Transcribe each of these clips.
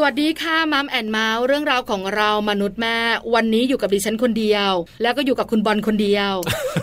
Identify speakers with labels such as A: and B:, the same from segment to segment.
A: สวัสดีค่ะมัมแอนเมาส์เรื่องราวของเรามนุษย์แม่ วันนี้อยู่กับดิฉันคนเดียว แล้วก็อยู่กับคุณบอลคนเดี ยว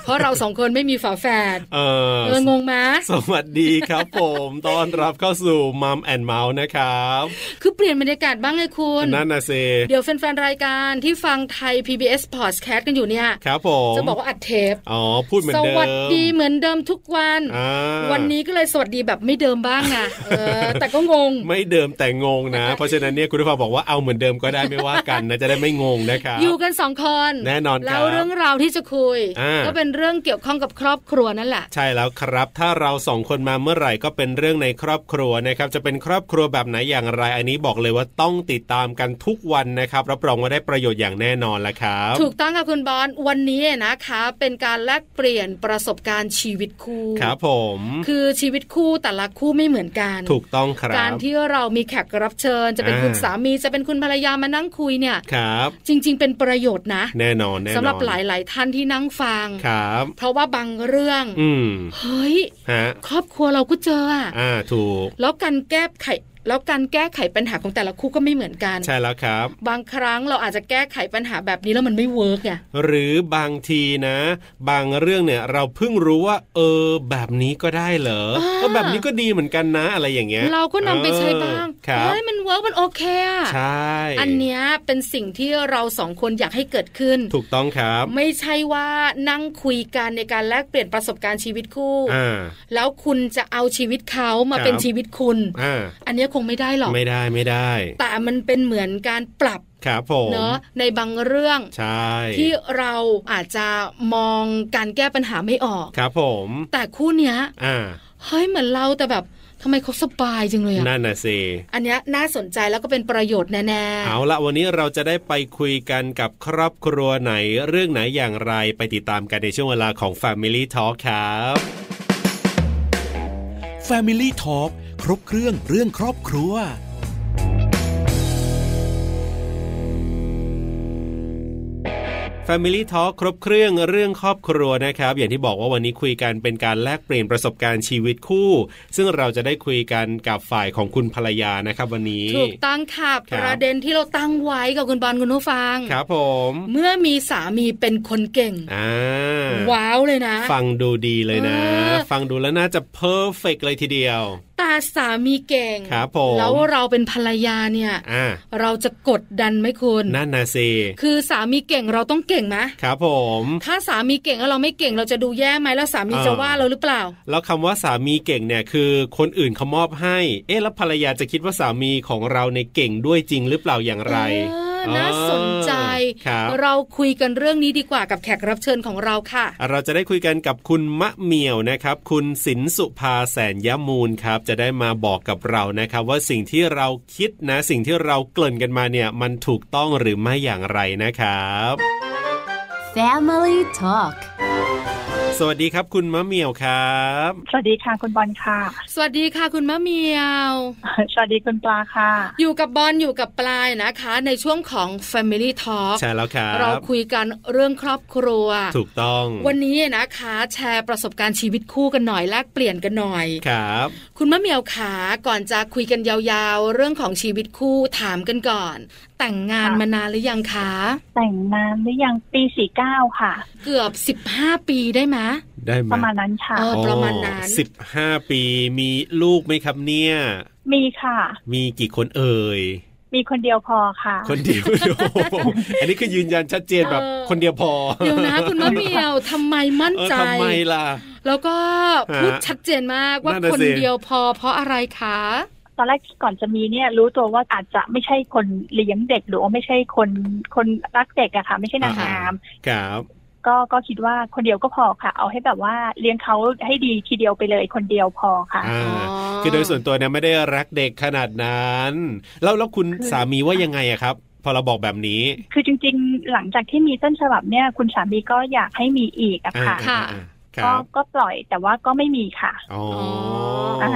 A: เพราะเราสองคนไม่มีฝาแฝด
B: เออ
A: เอองงไหม
B: สวัสดีครับ ผมต้อนรับเข้าสู่มัมแอนเมาส์นะครับ
A: คือเปลี่ยนบรรยากาศบ้างเลยคุณ
B: นั่นนะเซ
A: เดี๋ยวแฟนๆรายการที่ฟังไทย PBS Podcast กันอยู่เนี่ย
B: ครับผม
A: จะบอกว่าอัดเทป
B: อ๋อพูดเหมือน
A: ส
B: เดิม
A: วัสดีเหมือนเดิมทุกวัน
B: อ่า
A: วันนี้ก็เลยสวัสดีแบบไม่เดิมบ้างไงเอ อ แต่ก็งง
B: ไม่เดิมแต่งงนะ เพราะฉะนั้นเนี่ยคุณผู้ฟังบอกว่าเอาเหมือนเดิมก็ได้ไม่ว่ากันนะจะได้ไม่งงนะครับ
A: อยู่กันสองคน
B: แน่นอนครับ
A: แล้วเรื่องราวที่จะคุย
B: อ่า
A: ก็เป็นเรื่องเกี่ยวข้องกับครอบครัวนั่นแหละ
B: ใช่แล้วครับ ถ้าเราสองคนมาเมื่อไหร่ก็เป็นเรื่องในครอบครัวนะครับ จะเป็นครอบครัวแบบไหนอย่างไร อันนี้บอกเลยว่าต้องติดตามกันทุกวันนะครับ รับรองว่าได้ประโยชน์อย่างแน่นอนละครับ
A: ถูกต้องค่ะคุณบอลวันนี้นะคะ เป็นการแลกเปลี่ยนประสบการณ์ชีวิตคู่
B: ครับผม
A: คือชีวิตคู่แต่ละคู่ไม่เหมือนกัน
B: ถูกต้องครับ
A: การที่เรามีแขกรับเชิญ จะเป็น
B: อ่า
A: คุณสามีจะเป็นคุณภรรยามานั่งคุยเนี่ย
B: ครับ
A: จริง ๆ เป็นประโยชน์นะ
B: แน่นอนแน่นอน
A: สำหรับหลาย ๆ ท่านที่นั่งฟัง
B: ครับ
A: เพราะว่าบางเรื่อง
B: อืม
A: เฮ้ย
B: ฮะ
A: ครอบครัวเราก็เจออะ
B: อ่าถูก
A: แล้วการแก้ไขแล้วการแก้ไขปัญหาของแต่ละคู่ก็ไม่เหมือนกัน
B: ใช่แล้วครับ
A: บางครั้งเราอาจจะแก้ไขปัญหาแบบนี้แล้วมันไม่เวิร์กไง
B: หรือบางทีนะ บางเรื่องเนี่ยเราเพิ่งรู้ว่า เออ แบบนี้ก็ได้เหรอ
A: อ่า
B: เออแบบนี้ก็ดีเหมือนกันนะอะไรอย่างเงี้ย
A: เราก็นำไปใช้บ้าง
B: เออครับ
A: เฮ้ยมันเวิร์กมันโอเคอะ
B: ใช่
A: อันเนี้ยเป็นสิ่งที่เราสองคนอยากให้เกิดขึ้น
B: ถูกต้องครับ
A: ไม่ใช่ว่านั่งคุยกันในการแลกเปลี่ยนประสบการณ์ชีวิตคู่
B: อ่า
A: แล้วคุณจะเอาชีวิตเขามา
B: ครับ
A: เป็นชีวิตคุณ
B: อ่า
A: อันเนี้ยคงไม่ได้หรอก
B: ไม่ได้ไม่ได้
A: แต่มันเป็นเหมือนการปรับ
B: ครับผม
A: เนาะในบางเรื่อง
B: ใช่
A: ที่เราอาจจะมองการแก้ปัญหาไม่ออก
B: ครับผม
A: แต่คู่เนี้ย
B: อ่า
A: เฮ้ยเหมือนเราแต่แบบทำไมเขาสบายจังเลยอะ
B: นั่นน่ะสิ
A: อันเนี้ยน่าสนใจแล้วก็เป็นประโยชน์แน่ๆ
B: เอาละวันนี้เราจะได้ไปคุยกันกับครอบครัวไหนเรื่องไหนอย่างไรไปติดตามกันในช่วงเวลาของ Family Talk ครับ
C: Family Talk ครบเครื่องเรื่องครอบครัว
B: Family Talk ครบเครื่องเรื่องครอบครัวนะครับ อย่างที่บอกว่าวันนี้คุยกันเป็นการแลกเปลี่ยนประสบการณ์ชีวิตคู่ ซึ่งเราจะได้คุยกันกับฝ่ายของคุณภรรยานะครับวันนี้
A: ถูกต้องค่ะ
B: ค
A: ป
B: รับ
A: ระเด็นที่เราตั้งไว้กับคุณบอลคุณผู้ฟัง
B: ครับผม
A: เมื่อมีสามีเป็นคนเก่ง
B: อ่า
A: ว้าวเลยนะ
B: ฟังดูดีเลยนะ
A: เออ
B: ฟังดูแล้วน่าจะเพอร์เฟกเลยทีเดียว
A: แต่สามีเก่ง
B: ครับผม
A: แล้วเราเป็นภรรยาเนี่ย
B: อ่า
A: เราจะกดดันไหมคุณ
B: นั่นน่ะสิ
A: คือสามีเก่งเราต้องเก่งไหม
B: ครับผม
A: ถ้าสามีเก่งแล้วเราไม่เก่งเราจะดูแย่ไหมแล้วสามี
B: เออ
A: จะว่าเราหรือเปล่า
B: แล้วคำว่าสามีเก่งเนี่ยคือคนอื่นเขามอบให้ เอ๊ะแล้วภรรยาจะคิดว่าสามีของเราในยเก่งด้วยจริงหรือเปล่าอย่างไร
A: เออน่าสนใจ
B: ครับ
A: เราคุยกันเรื่องนี้ดีกว่ากับแขกรับเชิญของเราค่ะ
B: เราจะได้คุยกันกับคุณมะเหมียวนะครับ คุณสินสุภาแสนยมูลครับ จะได้มาบอกกับเรานะครับ ว่าสิ่งที่เราคิดนะ สิ่งที่เราเกริ่นกันมาเนี่ย มันถูกต้องหรือไม่อย่างไรนะครับ
D: Family Talk
B: สวัสดีครับ คุณมะเหมียวครับ
E: สวัสดีค่ะคุณบอลค่ะ
A: สวัสดีค่ะคุณมะเหมียว
E: สวัสดีคุณปลาค่ะ
A: อยู่กับบอลอยู่กับปลายนะคะ ในช่วงของ Family Talk
B: ใช่แล้วครั
A: เรา
B: บ
A: คุยกันเรื่องครอบครัว
B: ถูกต้อง
A: วันนี้นะคะ แชร์ประสบการณ์ชีวิตคู่กันหน่อยแลกเปลี่ยนกันหน่อย
B: ครับ
A: คุณมะเหมียวขาก่อนจะคุยกันยาวๆ เรื่องของชีวิตคู่ถามกันก่อน แต่งงาน
E: ค่ะ
A: มานานหรือยังคะ
E: แต่งนานหรือยังปีสี่เก้าค่ะ
A: เกือบ 15 ปีได้ไหม
B: ได้ไหม
E: ประมาณนั้นค่ะ
A: เออ ประมาณนั้น
B: สิบห้าปีมีลูกไหมครับเนี่ย
E: มีค่ะ
B: มีกี่คนเอ่ย
E: มีคนเดียวพอค่ะ
B: คนเดียว โอ้โหอันนี้คือยืนยันชัดเจนแบบ
A: เออ
B: คนเดียวพอ
A: เดี๋ยวนะ คุณมะเหมียวทำไมมั่น
B: เออ
A: ใจ
B: ทำไมล่ะ
A: แล้วก็พูด
B: ฮะ
A: ชัดเจนมากว่า
B: นั่นน่ะ
A: คน
B: สิ
A: เดียวพอเพราะอะไรคะ
E: ตอนแรกก่อนจะมีเนี่ย รู้ตัวว่าอาจจะไม่ใช่คนเลี้ยงเด็กหรือว่าไม่ใช่คนคนรักเด็กอะค่ะ ไม่ใช่นางงาม
B: ครับ
E: ก็ก็คิดว่าคนเดียวก็พอค่ะ เอาให้แบบว่าเลี้ยงเขาให้ดีทีเดียวไปเลย คนเดียวพอค่ะ
B: อ่า คือโดยส่วนตัวเนี่ยไม่ได้รักเด็กขนาดนั้น แล้วแล้วคุณ
E: คือ
B: สามีว่ายังไงอะครับ พอเราบอกแบบนี้
E: คือจริง ๆ หลังจากที่มีต้นฉบับเนี่ย คุณสามีก็อยากให้มีอีกอะ
B: อ่า
E: ค่ะ
A: ค่ะ
B: อ่าค
E: ก็
B: รับ
E: ก็ปล่อยแต่ว่าก็ไม่มีค่ะ
B: อ๋ออ
A: อ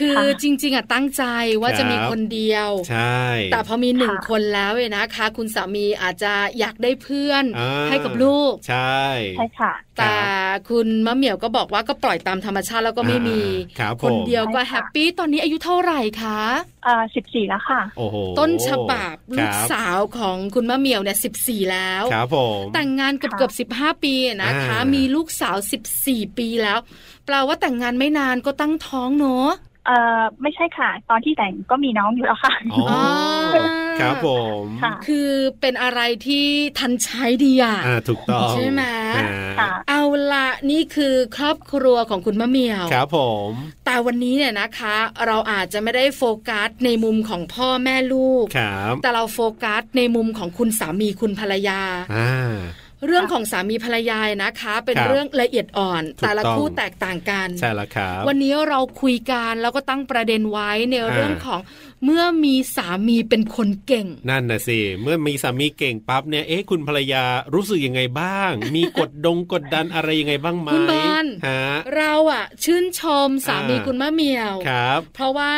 A: คือ
E: ค่ะ
A: จริง ๆอ่ะตั้งใจว่า
B: ครับ
A: จะมีคนเดียว
B: ใช่
A: แต่พอมีหนึ่ง
E: ค่ะ
A: คนแล้วเนี่ยนะคะ คุณสามีอาจจะอยากได้เพื่อน
B: อ่า
A: ให้กับลูก
B: ใช่
E: ใช่ค่ะ
A: แต่คุณมะเหมี่ยวก็บอกว่าก็ปล่อยตามธรรมชาติแล้วก็ไม่มี
B: อ่าครับ
A: คน
B: ผม
A: เดียวก็
E: ใช่ค่ะ
A: แฮปปี้ตอนนี้อายุเท่าไหร่คะ
E: อ่าสิบสี่แล้วค่ะ
B: โอ้โห
A: ต้นฉบับ
B: ค
A: ลูก
B: รับ
A: สาวของคุณมะเหมี่ยวเนี่ยสิบสี่แล้ว
B: ครับผม
A: แต่งงานเกือบ
E: ค่ะ
A: เกือบสิบห้าปีนะคะ
B: อ่ามี
A: มีลูกสาว 14 ปีแล้ว แปลว่าแต่งงานไม่นานก็ตั้งท้องเนอะ
E: เอ่อไม่ใช่ค่ะ ตอนที่แต่งก็มีน้องอยู่แล้วค่ะ
B: อ๋อ
A: อ่า
B: ครับผม
E: ค่ะ
A: คือเป็นอะไรที่ทันใช้ดีอ่ะ
B: อ่าถูกต้อง
A: ใช่ไหม
B: อ่า
E: ค่ะ
A: เอาละนี่คือครอบครัวของคุณมะเหมียว
B: ครับผม
A: แต่วันนี้เนี่ยนะคะ เราอาจจะไม่ได้โฟกัสในมุมของพ่อแม่ลูก
B: ครับ
A: แต่เราโฟกัสในมุมของคุณสามีคุณภรรยา
B: อ่า
A: เรื่องของสามีภรรยานะคะ เป็น
B: ครับ
A: เรื่องละเอียดอ่อน
B: ถูกต้อง
A: แต่ละคู่แตกต่างกัน
B: ใช่แล้วครับ
A: วันนี้เราคุยกันแล้วก็ตั้งประเด็นไว้ใน
B: อ่า
A: เรื่องของเมื่อมีสามีเป็นคนเก่ง
B: นั่นนะสิ เมื่อมีสามีเก่งปั๊บเนี่ย เอ๊ะ คุณภรรยารู้สึกยังไงบ้าง มีกดดงกดดันอะไรยังไงบ้างไหม
A: คุณบอล
B: ฮะ
A: เราอะชื่นชมสามี
B: อ่า
A: คุณมะเหมียว
B: ครับ
A: เพราะว่า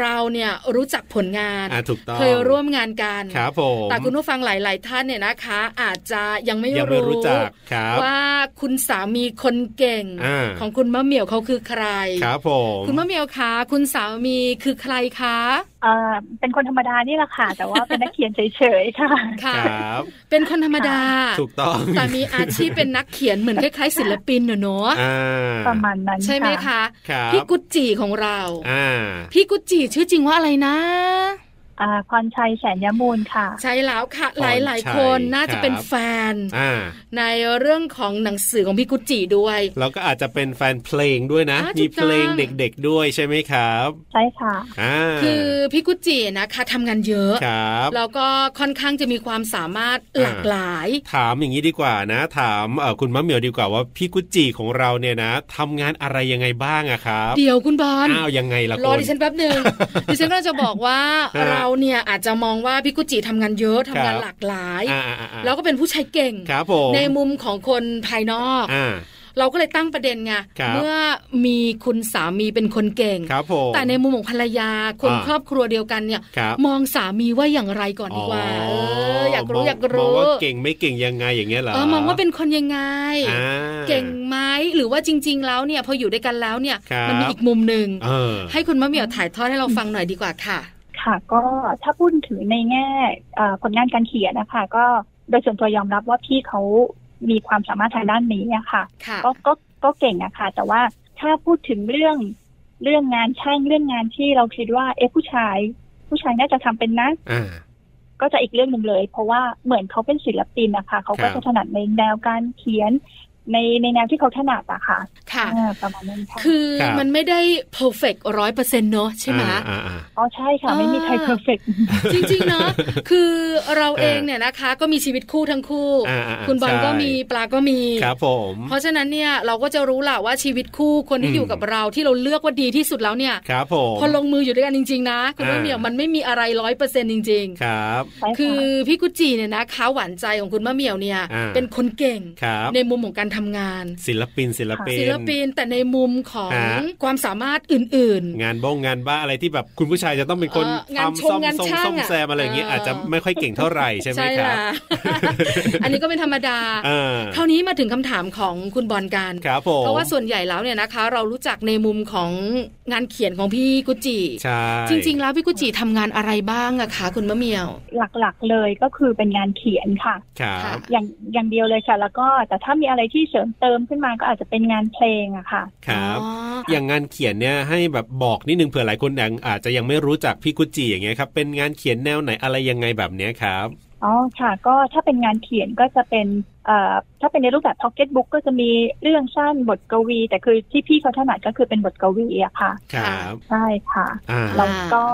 A: เราเนี่ยรู้จักผลงาน
B: อ่าถูกต้อง
A: เคยร่วมงานกัน
B: ครับผม
A: แต่คุณผู้ฟังหลาย ๆ ท่านเนี่ยนะคะ อาจจะยังไม่
B: ยังไม่รู้จักครับ
A: ว่าคุณสามีคนเก่ง
B: อ่า
A: ของคุณมะเหมียวเขาคือใคร
B: ครับผม
A: คุณมะเหมียวคะคุณสามีคือใครคะ
E: เอ่อเป็นคนธรรมดานี่แหละค่ะ แต่ว่าเป็นนักเขียนเฉยๆค่ะ
A: ค่ะ
B: ครับ
A: เป็นคนธรรมดา
B: ถูกต้อง
A: แต่มีอาชีพเป็นนักเขียนเหมือนคล้ายๆศิลปินเนอะเนาะ
B: อ่า
E: ประมาณนั้น
A: ใช่ไหม
E: ค่ะ
A: คะ
B: ครับ
A: พี่กุจจีของเรา
B: อ่า
A: พี่กุจจีชื่อจริงว่าอะไรนะ
E: อ่าพรชัยแสนยมูลค่ะ
A: ใช่แล้วค่ะ
B: พร
A: ห
B: ชัย
A: ลายๆ คนน่า
B: ครั
A: จะ
B: บ
A: เป็นแฟน
B: อ่า
A: ในเรื่องของหนังสือของพี่กุจจีด้วย
B: แล้วก็อาจจะเป็นแฟนเพลงด้วยนะ
A: อ่าถูกต้อง
B: มีเพลงเด็กๆด้วยใช่ไหมครับ
E: ใช่ค่ะ
B: อ่า
A: คือพี่กุจจีนะคะทำงานเยอะ
B: ครับ
A: แล้วก็ค่อนข้างจะมีความสามารถหลากหลาย
B: ถามอย่างนี้ดีกว่านะ ถามเอ่อคุณมะเหมียวดีกว่าว่าพี่กุจจีของเราเนี่ยนะทำงานอะไรยังไงบ้างอะครับ
A: เดี๋ยวคุณบอล
B: อ้าวยังไงล่ะ
A: รอ
B: คุณ
A: ดิฉันแป๊บหนึ่ง ดิฉันก็จะบอกว่า
B: ฮะ
A: เราเนี่ยอาจจะมองว่าพี่กุจจีทำงานเยอะทำงาน
B: ครับ
A: หลากหลาย
B: อ่าอ่าอ่า
A: แล้วก็เป็นผู้ชายเก่ง
B: ครับผม
A: ในมุมของคนภายนอก
B: อ่า
A: เราก็เลยตั้งประเด็นไง
B: ครับ
A: เมื่อมีคุณสามีเป็นคนเก่ง
B: ครับผม
A: แต่ในมุมของภรรยาคน
B: อ่า
A: ครอบครัวเดียวกันเนี่ย
B: ครับ
A: มองสามีว่าอย่างไรก่อนดีกว่าเอออยากรู้
B: มง
A: อยาก
B: มอง
A: รู้
B: ว่าเก่งไม่เก่งยังไงอย่างเงี้ยเหรอ
A: เออมองว่าเป็นคนยังไง
B: อ่า
A: เก่งไหมหรือว่าจริง ๆ แล้วเนี่ยพออยู่ด้วยกันแล้วเนี่ย
B: ครับ
A: มัมีอีกมุมหนึ่ง
B: เออ
A: ให้คุณมะเหมี่ยวถ่ายทอดให้เราฟังหน่อยดีกว่าค่ะ
E: ค่ะ ก็ถ้าพูดถึงในแง่เอ่อผลงานการเขียนนะคะ ก็โดยส่วนตัวยอมรับว่าพี่เขามีความสามารถทางด้านนี้อะค่ะ
A: ค่ะ
E: ก็ก็ก็เก่งอะค่ะ แต่ว่าถ้าพูดถึงเรื่องเรื่องงานช่างเรื่องงานที่เราคิดว่า เอ๊ะผู้ชาย ผู้ชายน่าจะทำเป็นนะ
B: อ่า
E: ก็จะอีกเรื่องหนึ่งเลย เพราะว่าเหมือนเขาเป็นศิลปินนะคะเขา
B: ครับ
E: ก็จะถนัดในแนวการเขียน ในในแนวที่เขาถนัดอะค่ะ
A: ค่ะ
E: อ่าประมาณนั้นค่ะ
A: คือ
B: ครับ
A: มันไม่ได้เพอร์เฟกร้อยเปอร์เซ็นต์เนอะใช่ไหม
B: อ่าอ่า
E: อ๋อใช่ค่ะ ไม่มีใคร
A: อ่า
E: เพอร์เฟก
A: จริงๆ เน อะ คือเรา
B: เออ
A: เองเนี่ยนะคะ ก็มีชีวิตคู่ทั้งคู่
B: อ่าอ่าอ่า
A: คุณบอล
B: ใช่
A: ก็มีปลาก็มี
B: ครับผม
A: เพราะฉะนั้นเนี่ยเราก็จะรู้แหละว่าชีวิตคู่คนที่
B: อืม
A: อยู่กับเราที่เราเลือกว่าดีที่สุดแล้วเนี่ย
B: ครับผม
A: พอลงมืออยู่ด้วยกันจริง ๆ นะ คุณ
B: อ่า
A: ว่าเหมียวมันไม่มีอะไรร้อยเปอร์เซ็นต์จริง
B: ครับ
E: ใช่
A: ๆ คือพี่กุจจีเนี่ยนะคะหวานใจของคุณมะเหมียวเนี่ย
B: อ่า
A: เป็นคนเก่ง
B: ครับ
A: ในมุมของการทำงาน
B: ศิลปินศิลปิน
A: ศิลปินแต่ในมุมของ
B: ฮะ
A: ความสามารถอื่น
B: งานบ้งงานบ้าอะไรที่แบบคุณผู้ชายจะต้องเป็นคน
A: เอองานชง
B: ทำซ่อม
A: งาน
B: ทรง
A: ช่าง
B: ซ่อม
A: อะ
B: แซมอะไรอย่างเงี้ย
A: เอออ
B: อาจจะไม่ค่อยเก่งเท่าไหร่ใช่ไหม
A: ใช่
B: ครั
A: ละ
B: บ
A: อันนี้ก็เป็นธรรมดา
B: เออ
A: คราวนี้มาถึงคำถามของคุณบอลกัน
B: ครับผม
A: เพราะว่าส่วนใหญ่แล้วเนี่ยนะคะ เรารู้จักในมุมของงานเขียนของพี่กุจจิ
B: ใช่
A: จริง ๆ แล้วพี่กุจจิทำงานอะไรบ้างอะคะคุณมะเหมียว
E: หลักๆเลยก็คือเป็นงานเขียนค่ะ
B: ครั
A: ค่ะ
B: บ
E: อย่างอย่างเดียวเลยค่ะ แล้วก็แต่ถ้ามีอะไรที่เสริมเติมขึ้นมาก็อาจจะเป็นงานเพลงอะค่ะ
B: ครับ
A: อ๋อ
B: อย่างงานเขียนเนี่ยให้แบบบอกนิดนึงเผื่อหลายคนยังอาจจะยังไม่รู้จักพี่กุจจีอย่างเงี้ยครับเป็นงานเขียนแนวไหนอะไรยังไงแบบเนี้ยครับ
E: อ๋อค่ะก็ถ้าเป็นงานเขียนก็จะเป็นเอ่อถ้าเป็นในรูปแบบพ็อกเก็ตบุ๊กก็จะมีเรื่องสั้นบทกวี แต่คือที่พี่เขาถนัดก็คือเป็นบทกวีอะค่ะ
B: ครับ
E: ใช่ค่ะ
B: อ่า
A: เรา
E: แล้วก็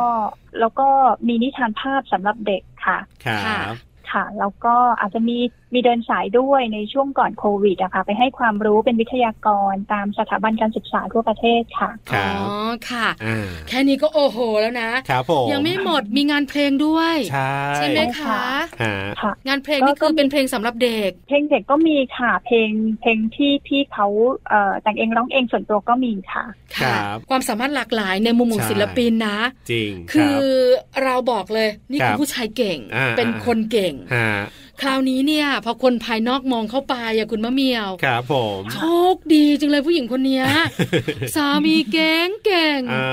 E: แล้วก็มีนิทานภาพสำหรับเด็กค่ะ
B: ครับ
E: ค่ะ แล้วก็อาจจะมีมีเดินสายด้วยในช่วงก่อนโควิดอะค่ะ ไปให้ความรู้เป็นวิทยากรตามสถาบันการศึกษาทั่วประเทศค่ะ
B: ค
A: อ๋อ
B: รับ
A: ค่ะ
B: อ่า
A: แค่นี้ก็โอ้โหแล้วนะ
B: ครับผม
A: ยังไม่หมดมีงานเพลงด้วย
B: ใช่
A: ไหม
E: ใช่
A: คะ
E: ค่ะ
B: ฮะ
E: ค่ะ
A: งานเพลง
E: ก็
A: นี่คือเป็นเพลงสำหรับเด็ก
E: เพลงเด็กก็มีค่ะ เพลงเพลงที่พี่เขาเอ่อแต่งเองร้องเองส่วนตัวก็มีค่ะ
B: ค
A: ค่ะ
B: รับ
A: ความสามารถหลากหลายในมุมของ
B: ใช่
A: ศิลปินนะ
B: จริง
A: คื
B: รั
A: อบ เราบอกเลย นี่
B: ครั
A: คือบ ผู้ชายเก่ง
B: อ่า
A: เป็นคนเก่ง
B: ฮะ
A: คราวนี้เนี่ยพอคนภายนอกมองเข้าไปอะคุณมะเหมียว
B: ครับผม
A: โชคดีจังเลยผู้หญิงคนเนี้ย สามีเก่งเก่ง
B: อ่า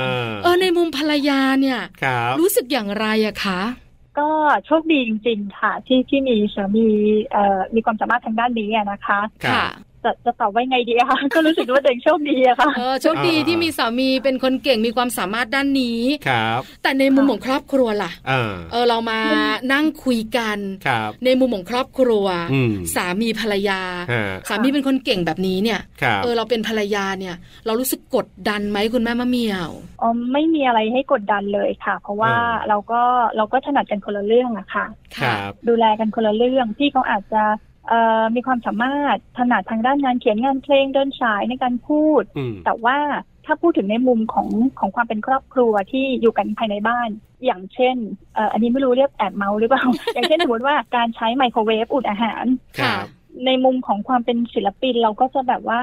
A: เออในมุมภรรยาเนี่ย
B: ครับ
A: รู้สึกอย่างไรอะคะ
E: ก็โชคดีจริง ๆ ค่ะ ที่ที่มีสามีเอ่อมีความสามารถทางด้านนี้อะนะคะ
B: ครับ
E: จะจะตอบว่าไงดีอะ คะ ก็รู้สึกว่าตัวเองโชคดีอะค่ะ
A: เออโชคดี
B: อ่า
A: ที่มีสามีเป็นคนเก่งมีความสามารถด้านนี้
B: ครับ
A: แต่ในมุมของครอบครัวล่ะ
B: อ่า
A: เออเรามานั่งคุยกัน
B: ครับ
A: ในมุมของครอบครัว
B: อืม
A: สามีภรรยา
B: ฮะ
A: สามีเป็นคนเก่งแบบนี้เนี่ย
B: ครับ
A: เออเราเป็นภรรยาเนี่ย เรารู้สึกกดดันไหมคุณแม่มะเหมียว
E: อ๋อไม่มีอะไรให้กดดันเลยค่ะ เพราะว่า
B: อ่า
E: เราก็เราก็ถนัดกันคนละเรื่องอะค่ะ
B: ครับ
E: ดูแลกันคนละเรื่องพี่เขาอาจจะเอ่อมีความสามารถถนัดทางด้านงานเขียนงานเพลงเดินสายในการพูด
B: อืม
E: แต่ว่าถ้าพูดถึงในมุมของของความเป็นครอบครัวที่อยู่กันภายในบ้าน อย่างเช่นเอ่ออันนี้ไม่รู้เรียกแอบเมาหรือเปล่า อย่างเช่นสมมติว่าการใช้ไมโครเวฟอุ่นอาหาร
B: ครับ
E: ในมุมของความเป็นศิลปินเราก็จะแบบว่า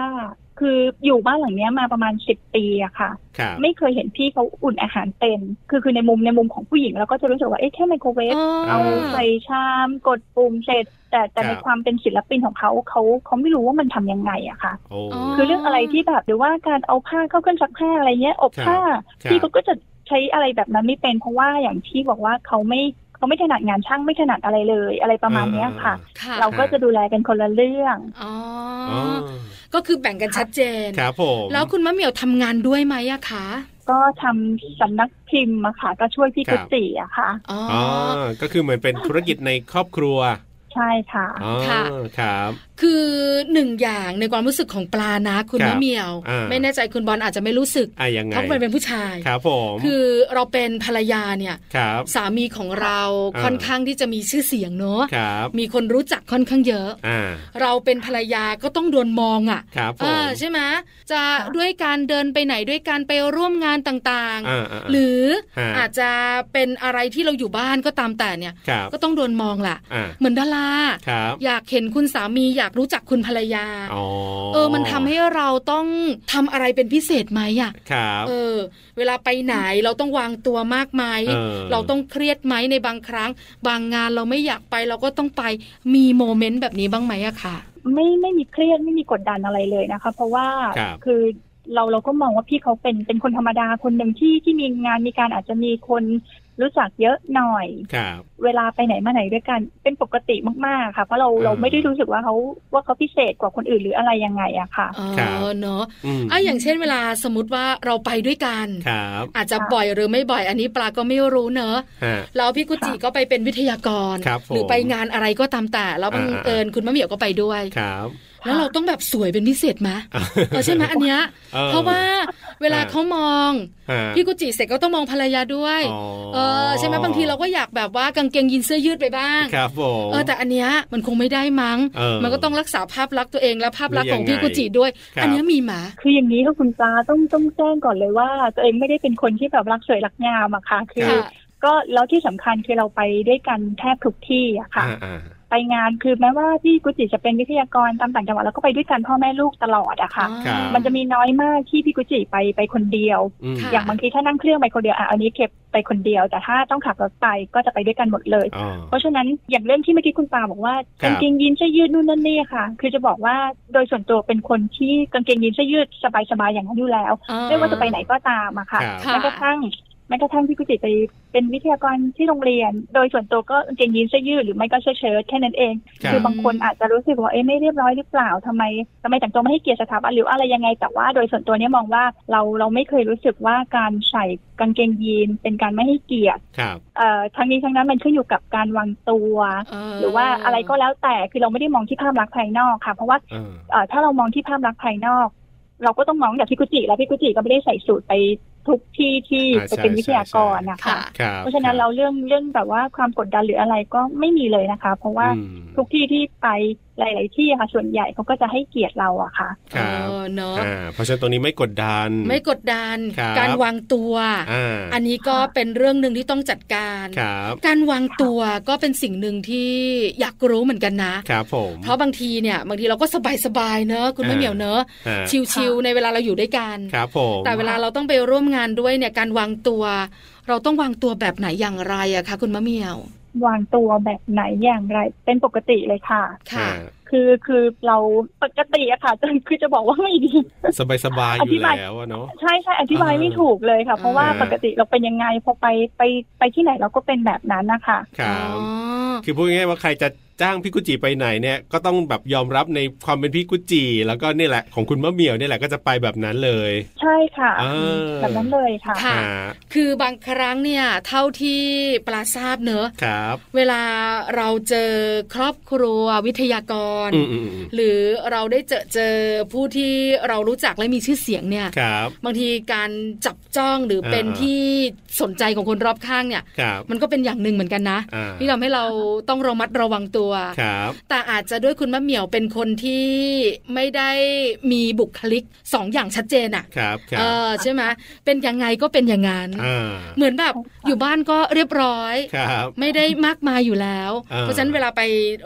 E: คืออยู่บ้านหลังเนี้ยมาประมาณสิบปีอะค่ะ
B: ครับ
E: ไม่เคยเห็นพี่เขาอุ่นอาหารเป็น คือคือในมุมในมุมของผู้หญิงเราก็จะรู้สึกว่าเอ๊ะแค่ไมโครเวฟ
B: า
E: เอาใส่ชาม กดปุ่มเสร็จ แต่แต่
B: ค
E: ใน
B: รับ
E: ความเป็นศิลปินของเขาเขาเขาไม่รู้ว่ามันทำยังไงอะค่ะ
B: โอ้
A: อ๋อ
E: คือเรื่องอะไรที่แบบหรือว่าการเอาผ้าเข้าเครื่องซักผ้าอะไรเงี้ยอบผ้า
B: ครับ
E: พี่เขาก็จะใช้อะไรแบบนั้นไม่เป็นเพราะว่าอย่างที่บอกว่าเขาไม่เขาไม่ถนัดงานช่างไม่ถนัดอะไรเลย อะไรประมาณเนี้ยค่ะ
A: ค่ะ
E: เราก็จะดูแลกันคนละเรื่อง
A: อ๋ออ
B: อ่าอ๋อ
A: ก็คือแบ่งกันชัดเจน
B: ครับผม
A: แล้วคุณมะเหมียวทำงานด้วยไหมอะคะ
E: ก็ทำสำนักพิมพ์อะค่ะ ก็ช่วยพี่กุฏิอะค่ะ
A: อ๋ออ
B: อ๋อก็คือเหมือนเป็นธุรกิจในครอบครัว
E: ใช่ค่ะ
B: อ๋อ
A: ค่ะ
B: ครับ
A: คือหนึ่งอย่างในความรู้สึกของปลานะคุณ
B: ครับ
A: มะเหมียว
B: อ่า
A: ไม่แน่ใจคุณบอลอาจจะไม่รู้สึก
B: อ่ะยังไง
A: เพราะมันเป็นผู้ชาย
B: ครับผม
A: คือเราเป็นภรรยาเนี่ย
B: ครับ
A: สามีของเรา
B: อ่า
A: ค่อนข้างที่จะมีชื่อเสียงเนอะ
B: ครับ
A: มีคนรู้จักค่อนข้างเยอะ
B: อ่า
A: เราเป็นภรรยาก็ต้องโดนมองอ่ะ
B: ครับผ
A: เอ
B: ม
A: อใช่ไหมจะด้วยการเดินไปไหนด้วยการไปร่วมงานต่าง
B: อ่า
A: ๆ หรืออา อาจจะเป็นอะไรที่เราอยู่บ้านก็ตามแต่เนี่ย
B: ครับ
A: ก็ต้องโดนมองแหละ
B: อ่า
A: เหมือนดารา
B: ครับ
A: อยากเห็นคุณสามีอยากรู้จักคุณภรรยา
B: อ๋อ
A: เออ มันทำให้เราต้องทำอะไรเป็นพิเศษไหมอะ
B: ครับ
A: เออ เวลาไปไหนเราต้องวางตัวมากไหม
B: เออ
A: เราต้องเครียดไหมในบางครั้ง บางงานเราไม่อยากไปเราก็ต้องไปมีโมเมนต์แบบนี้บ้างไหมอะค่ะ
E: ไม่ไม่มีเครียดไม่มีกดดันอะไรเลยนะคะ เพราะว่า
B: ครับ
E: คือเราเราก็มองว่าพี่เขาเป็นเป็นคนธรรมดาคนหนึ่งที่ที่มีงานมีการอาจจะมีคนรู้จักเยอะหน่อย
B: ครับ
E: เวลาไปไหนมาไหนด้วยกันเป็นปกติมากๆค่ะ เพราะเรา
B: อืม
E: เราไม่ได้รู้สึกว่าเขาว่าเขาพิเศษกว่าคนอื่นหรืออะไรยังไงอะค่ะ
A: เอ
B: ครับ
A: อ เนอะ
B: อืม
A: อ่ะอย่างเช่นเวลาสมมติว่าเราไปด้วยกัน
B: ครับ
A: อาจจะ
E: ค่ะ
A: บ่อยหรือไม่บ่อยอันนี้ปลาก็ไม่รู้เนอะ
B: ฮะ
A: แล้วพี่กุจิก็ไปเป็นวิทยากร
B: ครับผม
A: หรือไปงานอะไรก็ตามแต่แล้วบัง
B: อ่า
A: เอิญคุณมะเหมียวก็ไปด้วย
B: ครับ
A: แล้วเราต้องแบบสวยเป็นพิเศษไหมเออใช่ ไหมอันเนี้ย
B: อ อ
A: เพราะว่าเวลาเขามอง
B: ฮะ
A: พี่กุจิเสร็จก็ต้องมองภรรยาด้วย
B: อ๋อ
A: เออใช่ไหมบางทีเราก็อยากแบบว่ากางเกงยีนเสื้อยืดไปบ้าง
B: ครับผม
A: เออแต่อันเนี้ยมันคงไม่ได้มั้ง
B: เออ
A: มันก็ต้องรักษาภาพลักษณ์ตัวเองและภาพลักษณ์ของ
B: หรือยังไง
A: พี่กุจิด้วย
B: ครับ
A: อันเนี้ยมีไหมา
E: คืออย่างนี้ค่ะคุณปลาต้องต้องแจ้งก่อนเลยว่า ตัวเองไม่ได้เป็นคนที่แบบรักสวยรักงามอะค่ะ คือ
A: ค่ะ
E: ก็แล้วที่สำคัญคือเราไปด้วยกันแทบทุกที่อะค่ะ
B: อ่าอ่า
E: ไปงานคือแม้ว่าพี่กุจิจะเป็นวิทยากรตามต่างจังหวัดแล้วก็ไปด้วยกันพ่อแม่ลูกตลอดอะค่ะ
B: ครับ
E: มันจะมีน้อยมากที่พี่กุจิไปไปคนเดียว
B: ม
A: ค่ะ
E: อย่างบางทีถ้านั่งเครื่องไปคนเดียวอ่ะอันนี้เก็บไปคนเดียว แต่ถ้าต้องขับรถไปก็จะไปด้วยกันหมดเลย
B: อ๋อ
E: เพราะฉะนั้นอย่างเรื่องที่เมื่อกี้คุณปาบอกว่า
B: ครับ
E: กางเกงยีนเสื้อยืดนู่นนั่นนี่ค่ะ คือจะบอกว่าโดยส่วนตัวเป็นคนที่กางเกงยีนเสื้อยืดสบายๆอย่างนั้นอยู่แล้ว
A: เออ
E: ไม่ว่าจะไปไหนก็ตามอะค่ะ
B: ครับ
A: ค่ะ
E: แม้กระทั่งแม้กระทั่งพี่กุจิไปเป็นวิทยากรที่โรงเรียน โดยส่วนตัวก็กางเกงยีนเสื้อยืดหรือไม่ก็เสื้อเชิ้ตแค่นั้นเอง
B: ครับ
E: คือบางคนอาจจะรู้สึกว่าเอ๊ะไม่เรียบร้อยหรือเปล่าทำไมทำไมแต่งตัวไม่ให้เกียรติสถาบันหรืออะไรยังไง แต่ว่าโดยส่วนตัวเนี่ยมองว่าเราเราไม่เคยรู้สึกว่าการใส่กางเกงยีนเป็นการไม่ให้เกียรติ
B: ครับ
E: เอ่อทั้งนี้ทั้งนั้นมันขึ้นอยู่กับการวางตัว
A: เห
E: รือว่าอะไรก็แล้วแต่คือเราไม่ได้มองที่ภาพลักษณ์ภายนอกค่ะ เพราะว่า
B: เออ
E: เอ่อถ้าเรามองที่ภาพลักษณ์ภายนอก เราก็ต้องมองอย่างพี่กุจิแล้วพี่กุจิก็ไม่ได้ใส่สูตรไปทุกที่ที่
B: อ่า
E: ไปเป็น
B: ใช่
E: วิทยากร
B: ใช่
E: นะคะ
A: ค่ะ
B: ครับ
E: เพราะฉะนั้นเราเรื่องเรื่องแบบว่าความกดดันหรืออะไรก็ไม่มีเลยนะคะ เพราะว่า
B: อืม
E: ทุกที่ที่ไปหลาย ๆ ที่อะค่ะ ส่วนใหญ่เขาก็จะให้เกียรติเราอะค่ะ
B: ค
A: เอ
B: รับ
A: อเนอะ
B: อ่าเพราะฉะนั้นตรงนี้ไม่กดดัน
A: ไม่กดดัน
B: ครับ
A: การวางตัว
B: อ่า
A: อันนี้ก็เป็นเรื่องหนึ่งที่ต้องจัดการ
B: ครับ
A: การวางตัวก็เป็นสิ่งหนึ่งที่อยากรู้เหมือนกันนะ
B: ครับผม
A: เพราะบางทีเนี่ยบางทีเราก็สบายสบายๆเนอะคุณแม่เหมียวเนอะ
B: ฮะ
A: ชิวๆในเวลาเราอยู่ด้วยกัน
B: ครับผม
A: แต่เวลาเราต้องไปร่วมงานด้วยเนี่ยการวางตัว เราต้องวางตัวแบบไหนอย่างไรอะคะคุณมะเหมียว
E: วางตัวแบบไหนอย่างไร เป็นปกติเลยค่ะ
A: ค่ะ
B: อ่า
E: คือคือเราปกติอะ ค่ะจนคือจะบอกว่าไม่ดี
B: สบายสบายๆ
E: อ
B: อ
E: ธิ
B: ยู่
E: บาย
B: แล้วอะเนาะ
E: ใช่ใช่อธิบาย
B: อ่า
E: ไม่ถูกเลยค่ะ เพราะว่า
B: อ่า
E: ปกติเราเป็นยังไงพอไปไปไปที่ไหนเราก็เป็นแบบนั้นนะคะ
B: ค
A: อ๋
B: รั
A: อบ
B: คือพูดง่ายๆว่าใครจะจ้างพี่กุจิไปไหนเนี่ยก็ต้องแบบยอมรับในความเป็นพี่กุจิแล้วก็นี่แหละของคุณมะเหมี่ยวเนี่ยแหละก็จะไปแบบนั้นเลย
E: ใช่ค่ะ
B: อ่า
E: แบบนั้นเลยค่ะ
A: ค่ะ
B: อ่า
A: คือบางครั้งเนี่ยเท่าที่ปลาทราบเนอะ
B: ครับ
A: เวลาเราเจอครอบครัววิทยากร
B: อืมอืมอืม
A: หรือเราได้เจอเจอผู้ที่เรารู้จักและมีชื่อเสียงเนี่ย
B: ครับ
A: บางทีการจับจ้องหรืออา เป็นที่สนใจของคนรอบข้างเนี่ย
B: ครับ
A: มันก็เป็นอย่างหนึ่งเหมือนกันนะ
B: อ่า
A: ที่ทำให้เราต้องระมัดระวังตัว
B: ครับ
A: แต่อาจจะด้วยคุณมะเหมี่ยวเป็นคนที่ไม่ได้มีบุคลิกสองอย่างชัดเจนอะ
B: ครับครั
A: เอบ อใช่ไหมเป็นยังไงก็เป็นอย่างนั้น
B: อ่า
A: เหมือนแบบอยู่บ้านก็เรียบร้อย
B: ครับ
A: ไม่ได้มากมายอยู่แล้ว
B: อ่า
A: เพราะฉะนั้นเวลาไป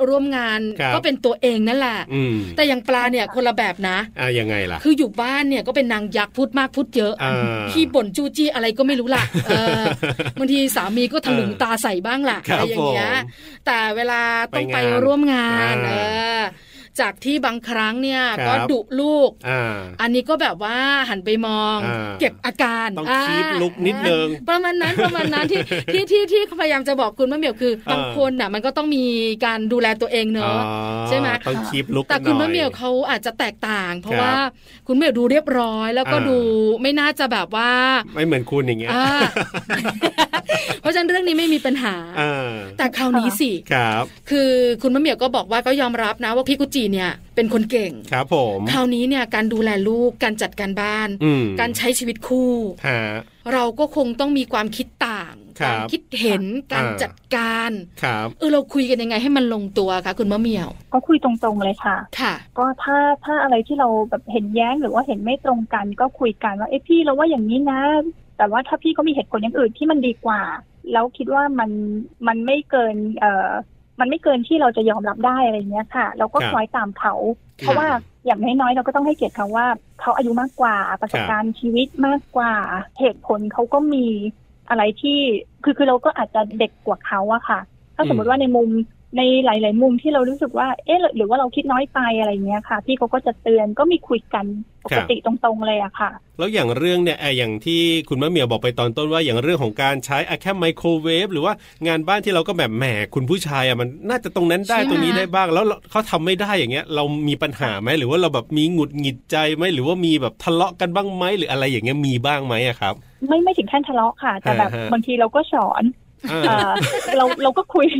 A: ร่วมงาน
B: ครับ
A: ก็เป็นตัวเองนั่นแหละ
B: อืม
A: แต่อย่างปลาเนี่ยคนละแบบนะ
B: อ่ายังไงล่ะ
A: คืออยู่บ้านเนี่ยก็เป็นนางยักษ์พูดมากพูดเยอะ
B: อ่า
A: ขี้บ่นจู้จี้อะไรก็ไม่รู้ล่ะเอ อบางทีสามีก็ถลึง
B: เออ
A: ตาใส่บ้างล่ะ
B: ครั
A: อะ
B: บ
A: ไรอย่างเงี้ย
B: ผม
A: แต่เวลาต้องไป
B: ไปงาน
A: ร่วมงาน
B: อ่า
A: เออจากที่บางครั้งเนี่ย
B: ครับ
A: ก็ดุลูก
B: อ่า
A: อันนี้ก็แบบว่าหันไปมอง
B: อ่า
A: เก็บอาการ
B: ต้อง
A: า
B: keep look นิดนึง
A: ประมาณ นั้นประมาณนั้นที่ที่ที่ที่พยายามจะบอกคุณว่าเหมียวคือ
B: เออ
A: บางคนน่ะมันก็ต้องมีการดูแลตัวเองเน
B: อ๋อ
A: อะ ใช่ไหม
B: ต้องคีบลุก
A: แต่คุณมะเหมียว
B: หน่อย
A: เขาอาจจะแตกต่าง เพ
B: ค
A: ราะ
B: รับ
A: ว่าคุณมะเหมียวดูเรียบร้อย แล้วก็
B: อ่า
A: ดูไม่น่าจะแบบว่า
B: ไม่เหมือนคุณอย่างเงี้ย
A: อ่า เพราะฉะนั้นเรื่องนี้ไม่มีปัญหา
B: อ่า
A: แต่คราวนี้สิ
B: ครับ
A: คือคุณมะเหมียวก็บอกว่าก็ยอมรับนะว่าพี่กุจิเนี่ย เป็นคนเก่ง
B: ครับผม
A: คราวนี้เนี่ยการดูแลลูกการจัดการบ้าน
B: อืม
A: การใช้ชีวิตคู่
B: ฮะ
A: เราก็คงต้องมีความคิดต่าง
B: ครับ
A: การคิดเห็นการ
B: อ่า
A: จัดการ
B: ครับ
A: เออเราคุยกันยังไงให้มันลงตัวคะคุณมะเหมียว
E: ก็คุยตรงๆเลยค่ะ
A: ค่ะ
E: ก็ถ้าถ้าอะไรที่เราแบบเห็นแย้งหรือว่าเห็นไม่ตรงกันก็คุยกันว่าเอ้พี่เราว่าอย่างนี้นะ แต่ว่าถ้าพี่ก็มีเหตุผลอย่างอื่นที่มันดีกว่า แล้วคิดว่ามันมันไม่เกินเอ่อมันไม่เกินที่เราจะยอมรับได้อะไรเงี้ยค่ะ เราก็คล้อยตามเขา เพราะว่าอย่างน้อยๆเราก็ต้องให้เกียรติเขาว่า เขาอายุมากกว่าประสบการณ์ชีวิตมากกว่าเหตุผลเขาก็มีอะไรที่คือคือเราก็อาจจะเด็กกว่าเขาอะค่ะ ถ้าสมมติว่าในมุมในหลาย ๆ มุมที่เรารู้สึกว่า เอ๊ะหรือว่าเราคิดน้อยไปอะไรเงี้ยค่ะ พี่เขาก็จะเตือนก็มีคุยกันปกติตรงๆเลยอะค่ะ
B: แล้วอย่างเรื่องเนี่ยเอ่ออย่างที่คุณมะเหมียวบอกไปตอนต้นว่าอย่างเรื่องของการใช้อะแค่ไมโครเวฟหรือว่างานบ้านที่เราก็แบบแหมคุณผู้ชายอ่ะมันน่าจะตรงนั้นได้
A: ใช่ไหม
B: ตรงนี้ได้บ้าง แล้วเราเขาทำไม่ได้อย่างเงี้ย เรามีปัญหาไหมหรือว่าเราแบบมีหงุดหงิดใจไหมหรือว่ามีแบบทะเลาะกันบ้างไหมหรืออะไรอย่างเงี้ยมีบ้างไหมอะครับ
E: ไม่ไม่ถึงขั้นทะเลาะค่ะ แต่แบบ
B: อ่าฮะ
E: บางทีเราก็สอน
B: อ่า
E: เอ่อเราเราก็คุย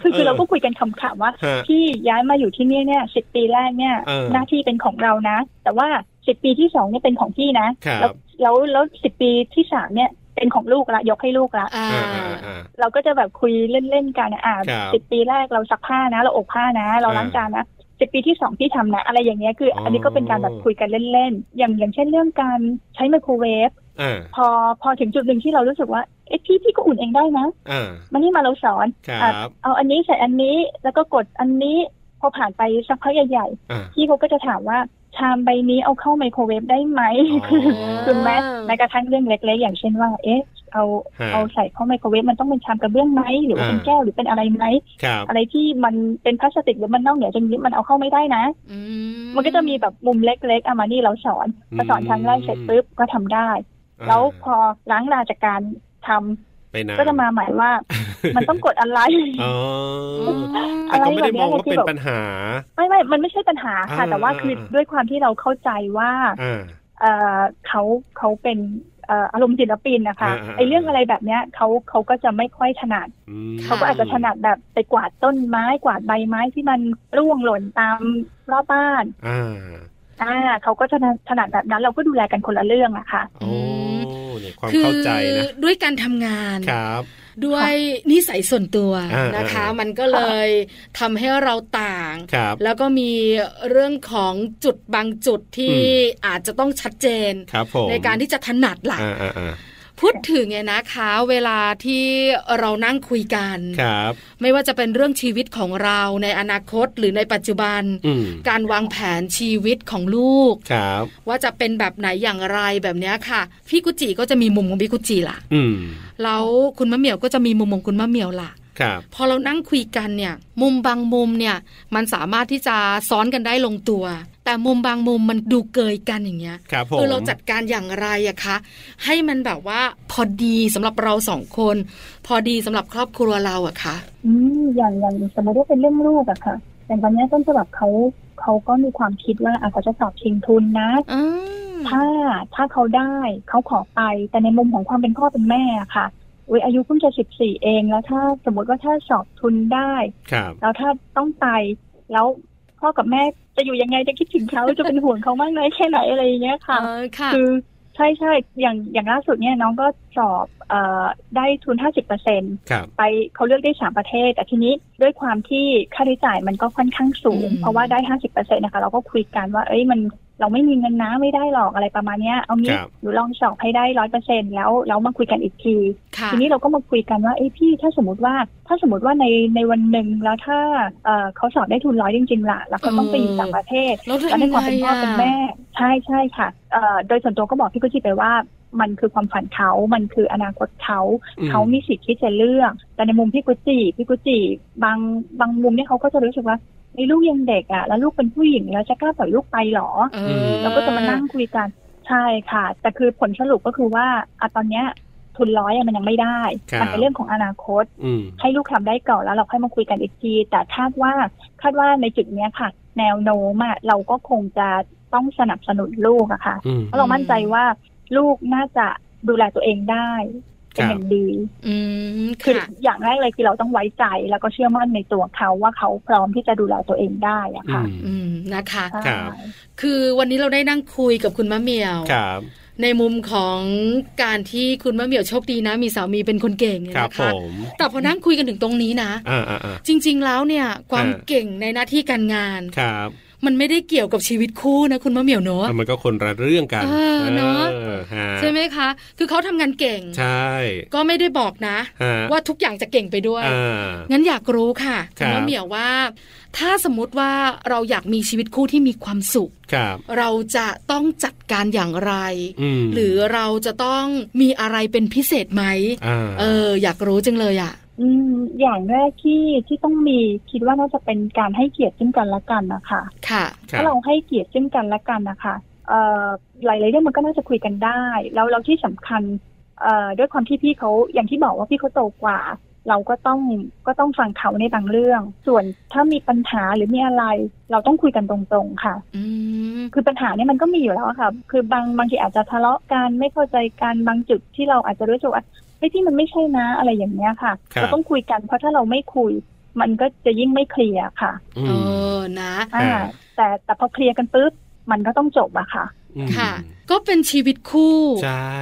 E: คือคือ
B: เออ
E: เราก็คุยกันคำๆว่า
B: ฮะ
E: ที่ย้ายมาอยู่ที่เนี่ยเนี่ยสิบปีแรกเนี่ย
B: เออ
E: หน้าที่เป็นของเรานะ แต่ว่าสิบปีที่สองเนี่ยเป็นของพี่นะ
B: ครับ
E: แล้วแล้วแล้วสิบปีที่สามเนี่ยเป็นของลูกละยกให้ลูกละ
A: อ่า
B: อ่าอ่าอ่า
E: เราก็จะแบบคุยเล่นๆกันอ่ะ
B: ครับ
E: สิบปีแรกเราซักผ้านะ เราอบผ้านะ เราล้างจานนะสิบปีที่สองที่ทำนะ อะไรอย่างเงี้ยคืออ
B: ออั
E: อันนี้ก็เป็นการแบบคุยกันเล่นๆอย่างอย่างเช่นเรื่องการใช้ไมโครเวฟ
B: อ่า
E: พอพอถึงจุดหนึ่งที่เรารู้สึกว่าเอ๊ะพี่พี่ก็อุ่นเองได้นะ
B: อ่า
E: มานี่มาเราสอน
B: ครั
E: อ่ะ
B: บ
E: เอาอันนี้ใส่อันนี้แล้วก็กดอันนี้พอผ่านไปสักพักใหญ่
B: อ่า
E: ๆพี่เขาก็จะถามว่าชามใบนี้เอาเข้าไมโครเวฟได้ไหมคือ
A: อ๋อ
E: คือแม้ แม้กระทั่งเรื่องเล็ก ๆ อย่างเช่นว่า เอ๊ะเอา
B: ฮะ
E: เอาใส่เข้าไมโครเวฟมันต้องเป็นชามกระเบื้องไหมหรือว่า
B: อ่า
E: เป็นแก้วหรือเป็นอะไรไหม
B: ครับ
E: อะไรที่มันเป็นพลาสติกหรือมันนอกเหนือจากนี้มันเอาเข้าไม่ได้นะ
A: อื
E: มันก็จะมีแบบมุมเล็กๆอามานี่เราสอนพอสอนครั้งแรกเสร็จปุ๊บก็ทำได้ แล้วพอล้างลาจากการทำ
B: ไปนาน
E: ก็จะมาหมายว่า มันต้องกดอะไร
B: อ๋อ
A: อ๋อ
E: อะ
B: แต่
E: ไร
B: ก็ไม่ได้
E: แบบเนี้ย
B: มองว่า
E: ที่
B: เป็น
E: แบบ
B: ปัญหา
E: ไม่ไม่ มันไม่ใช่ปัญหาค่ะ
B: อ่า
E: แต่ว่า
B: อ่า
E: คืออา ด้วยความที่เราเข้าใจว่า
B: อ่า
E: เอ่อเขาเขาเป็นเอ่ออารมณ์ศิลปินนะคะ
B: อ่าอ่า
E: ไอ้เรื่องอะไรแบบเนี้ยเขาเขาก็จะไม่ค่อยถนัด
B: อืม
E: เขาก็อาจจะถนัดแบบไปกวาดต้นไม้ กวาดใบไม้ที่มันร่วงหล่นตามรอบบ้าน
B: อ่า
E: อ่าเขาก็จะถนัดแบบนั้น เราก็ดูแลกันคนละเรื่องอะค่ะ
B: โอ้เนี่ยความ
A: คือ
B: เข้าใจนะ
A: ด้วยการทำงาน
B: ครับ
A: ด้วยนิสัยส่วนตัว
B: อ่า
A: นะคะ
B: อ่ามั
A: มันก็เลยทำให้เราต่าง
B: ครับ
A: แล้วก็มีเรื่องของจุดบางจุดที่
B: อื
A: อาจจะต้องชัดเจน
B: ครับผม
A: ในการที่จะถนัดล่ะ
B: อ่าอ่าอ่า
A: พูดถึงเนี่ยนะคะ เวลาที่เรานั่งคุยกัน
B: ครับ
A: ไม่ว่าจะเป็นเรื่องชีวิตของเราในอนาคตหรือในปัจจุบัน
B: อืม
A: การวางแผนชีวิตของลูก
B: ครับ
A: ว่าจะเป็นแบบไหนอย่างไรแบบเนี้ยค่ะ พี่กุจิก็จะมีมุมของพี่กุจิล่ะ
B: อืม
A: แล้วคุณมะเหมี่ยวก็จะมีมุมของคุณมะเหมี่ยวล่ะ
B: ครับ
A: พอเรานั่งคุยกันเนี่ย มุมบางมุมเนี่ยมันสามารถที่จะซ้อนกันได้ลงตัว แต่มุมบางมุมมันดูเกยกันอย่างเงี้ย
B: ครับผม
A: คือเราจัดการอย่างไรอะคะ ให้มันแบบว่าพอดีสำหรับเราสองคน พอดีสำหรับครอบครัวเราอะคะ
E: อืมอย่างอย่างสมมติว่าเป็นเรื่องลูกอะค่ะอย่างตอนเนี้ยต้นฉบับเขาเขาก็มีความคิดว่าอาจจะสอบชิงทุนนะ
A: อืม
E: ถ้าถ้าเขาได้เขาขอไปแต่ในมุมของความเป็นพ่อเป็นแม่อะค่ะอุ๊ยอายุเพิ่งจะสิบสี่เองแล้วถ้าสมมติว่าถ้าสอบทุนได้
B: ครับ
E: แล้วถ้าต้องไปแล้วพ่อกับแม่จะอยู่ยังไงจะคิดถึงเขา จะเป็นห่วงเขามากน้อยแค่ไหนอะไรอย่างเงี้ยค่ะ
A: เออค่ะ
E: คือใช่ใช่อย่างอย่างล่าสุดเนี่ยน้องก็สอบเอ่อได้ทุน 50%เปอร์เซ็น
B: ครับ
E: ไปเขาเลือกได้สามประเทศ แต่ทีนี้ด้วยความที่ค่าใช้จ่ายมันก็ค่อนข้างสูง
A: อืม
E: เพราะว่าได้ 50%นะคะ เราก็คุยกันว่า เอ้ยมันเราไม่มีเงินนะไม่ได้หรอกอะไรประมาณเนี้ยเอางี้
B: ครับ
E: หนูลองสอบให้ได้ร้อยเปอร์เซ็นแล้วแล้วมาคุยกันอีกที
A: ค่ะ
E: ทีนี้เราก็มาคุยกันว่าเอ้ยพี่ถ้าสมมติว่าถ้าสมมติว่าในในวันหนึ่งแล้วถ้าเอ่อเขาสอบได้ทุนร้อยจริงๆล่ะแล้วเขาต้องไปอยู่ต่างประเทศ
A: แล้ว
E: แล้
A: ทำ
E: วใน
A: ยัง
E: ความ
A: ไง
E: เป็นพ่อ
A: อะ
E: เป็นแม่ใช่ใช่ค่ะเอ่อโดยส่วนตัวก็บอกพี่กุจิไปว่า มันคือความฝันเขา มันคืออนาคตเขา
B: อืม
E: เขามีสิทธิ์ที่จะเลือก แต่ในมุมพี่กุจิพี่กุจิบางบางมุมเนี่ยเขาก็จะรู้สึกว่าไอ้ลูกยังเด็กอ่ะแล้วลูกเป็นผู้หญิงแล้วจะกล้าปล่อยลูกไปหรอ
A: เออ
E: เราก็จะมานั่งคุยกันใช่ค่ะ แต่คือผลสรุปก็คือว่าอะตอนเนี้ยทุนร้อยอะมันยังไม่ได้
B: ครับ
E: มัเป็นเรื่องของอนาคต
B: อืม
E: ให้ลูกทำได้ก่อนแล้วเราค่อยมาคุยกันอีกที แต่คาดว่าคาดว่าในจุดเนี้ยค่ะ แนวโน้มอะเราก็คงจะต้องสนับสนุนลูกอะค่ะ
B: อืม
E: เพราะเรามั่นใจว่าลูกน่าจะดูแลตัวเองได้เป็นอย่างดี
A: อืม
E: คือ
A: ค่ะ
E: อย่างแรกเลยคือเราต้องไว้ใจแล้วก็เชื่อมั่นในตัวเขาว่าเขาพร้อมที่จะดูแลตัวเองได้อะค่ะ
A: อืมนะคะ
B: ครับ
E: ใช่
A: คือวันนี้เราได้นั่งคุยกับคุณมะเหมียว
B: ครับ
A: ในมุมของการที่คุณมะเหมียวโชคดีนะ มีสามีเป็นคนเก่งเนี่ย
B: ครับ
A: นะ
B: ผ
A: คะ
B: ม
A: แต่พอนั่งคุยกันถึงตรงนี้นะ
B: อ่าอ่าอ่า
A: จริง ๆ แล้วเนี่ยความ
B: อ่า
A: เก่งในหน้าที่การงาน
B: ครับ
A: มันไม่ได้เกี่ยวกับชีวิตคู่นะคุณมะเหมียวเนอะ
B: อ่ะมันก็คนละเรื่องกัน
A: เออเนอะ
B: ออฮะ
A: ใช่ไหมคะ คือเขาทำงานเก่ง
B: ใช่
A: ก็ไม่ได้บอกนะ
B: ฮะ
A: ว่าทุกอย่างจะเก่งไปด้วย
B: อ่า
A: งั้นอยากรู้ค่ะ
B: ค
A: คุ
B: รั
A: ณ
B: บ
A: มะเหมียวว่า ถ้าสมมติว่าเราอยากมีชีวิตคู่ที่มีความสุข
B: ครับ
A: เราจะต้องจัดการอย่างไร
B: อืม
A: หรือเราจะต้องมีอะไรเป็นพิเศษไหม
B: อ่า
A: เออ อยากรู้จังเลยอ่ะ
E: อืมอย่างแรกที่ที่ต้องมีคิดว่าน่าจะเป็นการให้เกียรติซึ่งกันและกันนะคะ
A: ค่ะ
B: ครั
E: ถ้า
B: บ
E: เราให้เกียรติซึ่งกันและกันนะคะเอ่อหลายๆเรื่องมันก็น่าจะคุยกันได้แล้วเราที่สำคัญเอ่อด้วยความที่พี่เขาอย่างที่บอกว่าพี่เขาโตกว่า เราก็ต้องก็ต้องฟังเขาในบางเรื่อง ส่วนถ้ามีปัญหาหรือมีอะไร เราต้องคุยกันตรงๆค่ะ
A: อืม
E: คือปัญหาเนี่ยมันก็มีอยู่แล้วอะค่ะ คือบางบางทีอาจจะทะเลาะกันไม่เข้าใจกันบางจุดที่เราอาจจะรู้สึกว่าไอ้ยที่มันไม่ใช่นะอะไรอย่างเงี้ยค่ะ
B: ครับ
E: เราต้องคุยกันเพราะถ้าเราไม่คุย มันก็จะยิ่งไม่เคลียร์ค่ะ
B: อื
A: เอ
B: ม
A: อ นะ
E: อ่า
B: อ่า
E: แต่แต่พอเคลียร์กันปุ๊บมันก็ต้องจบอะค่ะ
B: ม
A: ค่ะ ก็เป็นชีวิตคู่
B: ใช่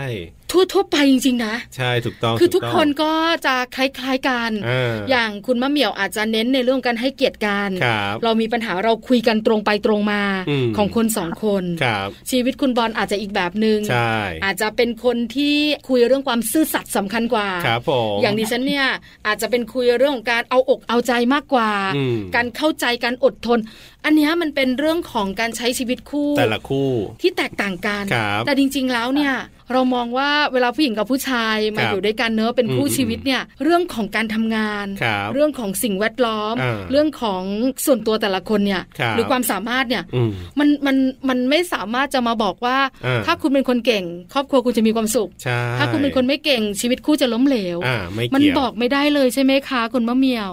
A: ทั่วทั่วๆไปจริง ๆ นะ
B: ใช่ถูกต้อง
A: คือทุก
B: ต้ง
A: คนก็จะคล้ายๆกัน
B: อ่า
A: อย่างคุณมะเหมียวอาจจะเน้นในเรื่องการให้เกียรติกัน
B: ครับ
A: เรามีปัญหาเราคุยกันตรงไปตรงมา
B: อืม
A: ของคนสองคน
B: ครับ
A: ชีวิตคุณบอลอาจจะอีกแบบหนึง่ง
B: ใช่
A: อาจจะเป็นคนที่คุยเรื่องความซื่อสัตย์สำคัญกว่า
B: ครับผม
A: อย่างดิฉันเนี่ยอาจจะเป็นคุยเรื่องของการเอาอกเอาใจมากกว่า
B: อืม
A: การเข้าใจการอดทน อันเนี้ยมันเป็นเรื่องของการใช้ชีวิตคู่
B: แต่ละคู่
A: ที่แตกต่างกัน
B: ครับ
A: แต่จริง ๆ แล้วเนี่ยเรามองว่าเวลาผู้หญิงกับผู้ชายมา
B: ครับ
A: อยู่ด้วยกันเนอะเป็นคู่
B: อืม
A: ชีวิตเนี่ยเรื่องของการทำงาน
B: ครับ
A: เรื่องของสิ่งแวดล้อม
B: อ่า
A: เรื่องของส่วนตัวแต่ละคนเนี่ย
B: ครับ
A: หรือความสามารถเนี่ย
B: อืม
A: มันมันมันไม่สามารถจะมาบอกว่า
B: อ่า
A: ถ้าคุณเป็นคนเก่ง ครอบครัวคุณจะมีความสุข
B: ใช่
A: ถ้าคุณเป็นคนไม่เก่งชีวิตคู่จะล้มเหลว
B: อ่าไม่
A: มัน
B: เกี่ยว
A: บอกไม่ได้เลยใช่ไหมคะคุณมะเหมียว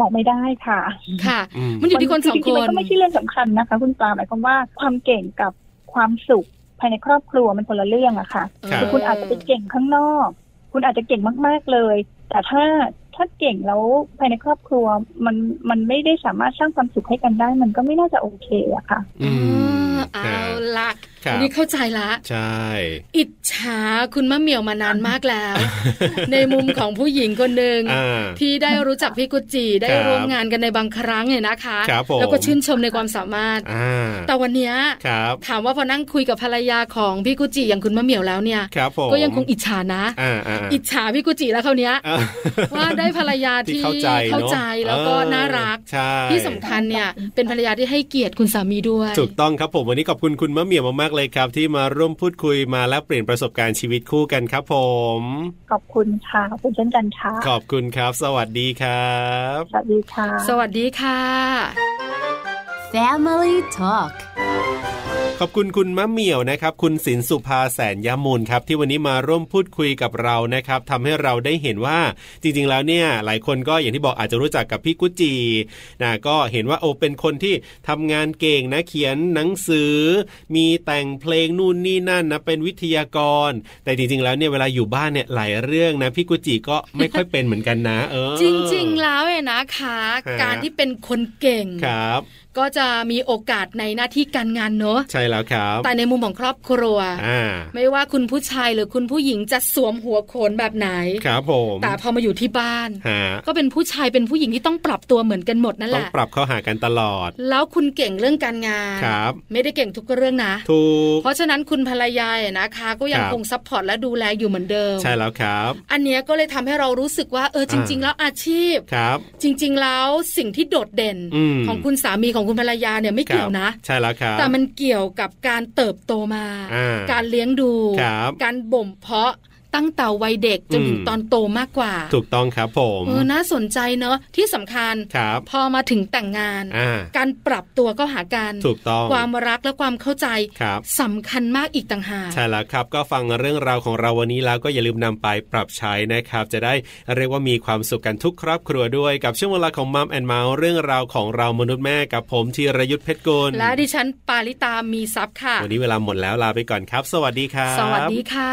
E: บอกไม่ได้ค่ะ
A: ค่ะ
B: อืม
A: มันอยู่ที่คนสอง
E: จริ
A: ค
E: ๆมัน ก็ไม่ใช่เรื่องสำคัญนะคะ คุณปลาหมายความว่าความเก่งกับความสุขภายในครอบครัวมันคนละเรื่องอะค่ะ
B: ครับ
E: คือคุณอาจจะไปเก่งข้างนอก คุณอาจจะเก่งมาก ๆ เลย แต่ถ้าถ้าเก่งแล้วภายในครอบครัวมันมันไม่ได้สามารถสร้างความสุขให้กันได้ มันก็ไม่น่าจะโอเคอะค่ะ
B: อืม
A: อ่าเอาละ
B: ครั
A: อั
B: บ
A: นนี้เข้าใจละ
B: ใช่
A: อิจฉาคุณมะเหมียวมานานมากแล้ว ในมุมของผู้หญิงคนหนึ่ง
B: อ่า
A: ที่ได้รู้จักพี่กุจิได้
B: ครับ
A: ร่วมงานกันในบางครั้งเนี่ยนะคะ
B: ครับผม
A: แล้วก็ชื่นชมในความสามารถ
B: อ่า
A: แต่วันเนี้ย
B: ครับ
A: ถามว่าพอนั่งคุยกับภรรยาของพี่กุจิอย่างคุณมะเหมียวแล้วเนี่ย
B: ครับผม
A: ก็ยังคงอิจฉานะ
B: อ่าอ่า
A: อิจฉาพี่กุจิแล้วเขาวเนี้ย
B: อ่า
A: ว่าได้ภรรยาที่
B: ที่เข้าใจ
A: เข้า
B: เนอะ
A: ใจแล้วก็
B: เออ
A: น่ารัก
B: ใช่
A: ที่สำคัญเนี่ยเป็นภรรยาที่ให้เกียรติคุณสามีด้วย
B: ถูกต้องครับผมวันนี้ขอบคุณคุณมะเหมี่ยวมาก ากเลยครับ ที่มาร่วมพูดคุยมาและเปลี่ยนประสบการณ์ชีวิตคู่กันครับผม
E: ขอบคุณค่ะขอบคุณเช่นกันค่ะ
B: ขอบคุณครับ สวัสดีครับ
E: สวัสดีค่ะ
A: สวัสดีค่ะ
D: Family Talk
B: ขอบคุณคุณมะเหมี่ยวนะครับ คุณสินสุภาแสนยมูลครับ ที่วันนี้มาร่วมพูดคุยกับเรานะครับทำให้เราได้เห็นว่าจริง ๆ แล้วเนี่ย หลายคนก็อย่างที่บอกอาจจะรู้จักกับพี่กุจจีนะก็เห็นว่าโอเป็นคนที่ทำงานเก่งนะเขียนหนังสือ มีแต่งเพลงนู่นนี่นั่นนะเป็นวิทยากร แต่จริง ๆ แล้วเนี่ยเวลาอยู่บ้านเนี่ยหลายเรื่องนะพี่กุจจีก็ไม่ค่อยเป็นเหมือนกันนะ เออ
A: จริงๆแล้วเนี่ยนะคะ
B: ฮะ
A: การที่เป็นคนเก่ง
B: ครับ
A: ก็จะมีโอกาสในหน้าที่การงานเนอะ
B: ใช่แล้วครับ
A: แต่ในมุมของครอบครัว
B: อ่า
A: ไม่ว่าคุณผู้ชายหรือคุณผู้หญิงจะสวมหัวโขนแบบไหน
B: ครับผม
A: แต่พอมาอยู่ที่บ้าน
B: ฮะ
A: ก็เป็นผู้ชายเป็นผู้หญิงที่ต้องปรับตัวเหมือนกันหมดนั่น
B: ต้
A: แห
B: อง
A: ละ
B: ปรับเข้าหากันตลอด
A: แล้วคุณเก่งเรื่องการงาน
B: ครับ
A: ไม่ได้เก่งทุกเรื่องนะ
B: ถูก
A: เพราะฉะนั้นคุณภรรยาเนี่ยนะคะ ก็ยัง
B: ครับ
A: คงซัพพอร์ตและดูแลอยู่เหมือนเดิม
B: ใช่แล้วครับ
A: อันเนี้ยก็เลยทำให้เรารู้สึกว่าเออจริง ๆ
B: อ่า
A: แล้วอาชีพ
B: ครับ
A: จริง ๆ แล้วสิ่งที่โดดเด่น
B: อืม
A: ของคุณสามีของคุณภรรยาเนี่ยไม่
B: ครับ
A: เกี่ยวนะ
B: ใช่แล้วครับ
A: แต่มันเกี่ยวกับการเติบโตมา
B: อ่า
A: การเลี้ยงดู
B: ครับ
A: การบ่มเพาะตั้งแต่วัยเด็กจนถึง
B: อืม
A: ตอนโตมากกว่า
B: ถูกต้องครับผม
A: เออน่าสนใจเนอะที่สำคัญ
B: ครับ
A: พอมาถึงแต่งงาน
B: อ่า
A: การปรับตัวก็หากัน
B: ถูกต้อง
A: ความรักและความเข้าใจ
B: ครับ
A: สำคัญมากอีกต่างหาก
B: ใช่แล้วครับ ก็ฟังเรื่องราวของเราวันนี้แล้วก็อย่าลืมนำไปปรับใช้นะครับ จะได้เรียกว่ามีความสุขกันทุกครอบครัวด้วย กับช่วงเวลาของมัมแอนเมาส์เรื่องราวของเรามนุษย์แม่กับผมธีรยุทธเพชรกุล
A: และดิฉันปาริตามีซับค่ะ
B: วันนี้เวลาหมดแล้วลาไปก่อนครับ สวัสดีครับ
A: สวัสดีค่ะ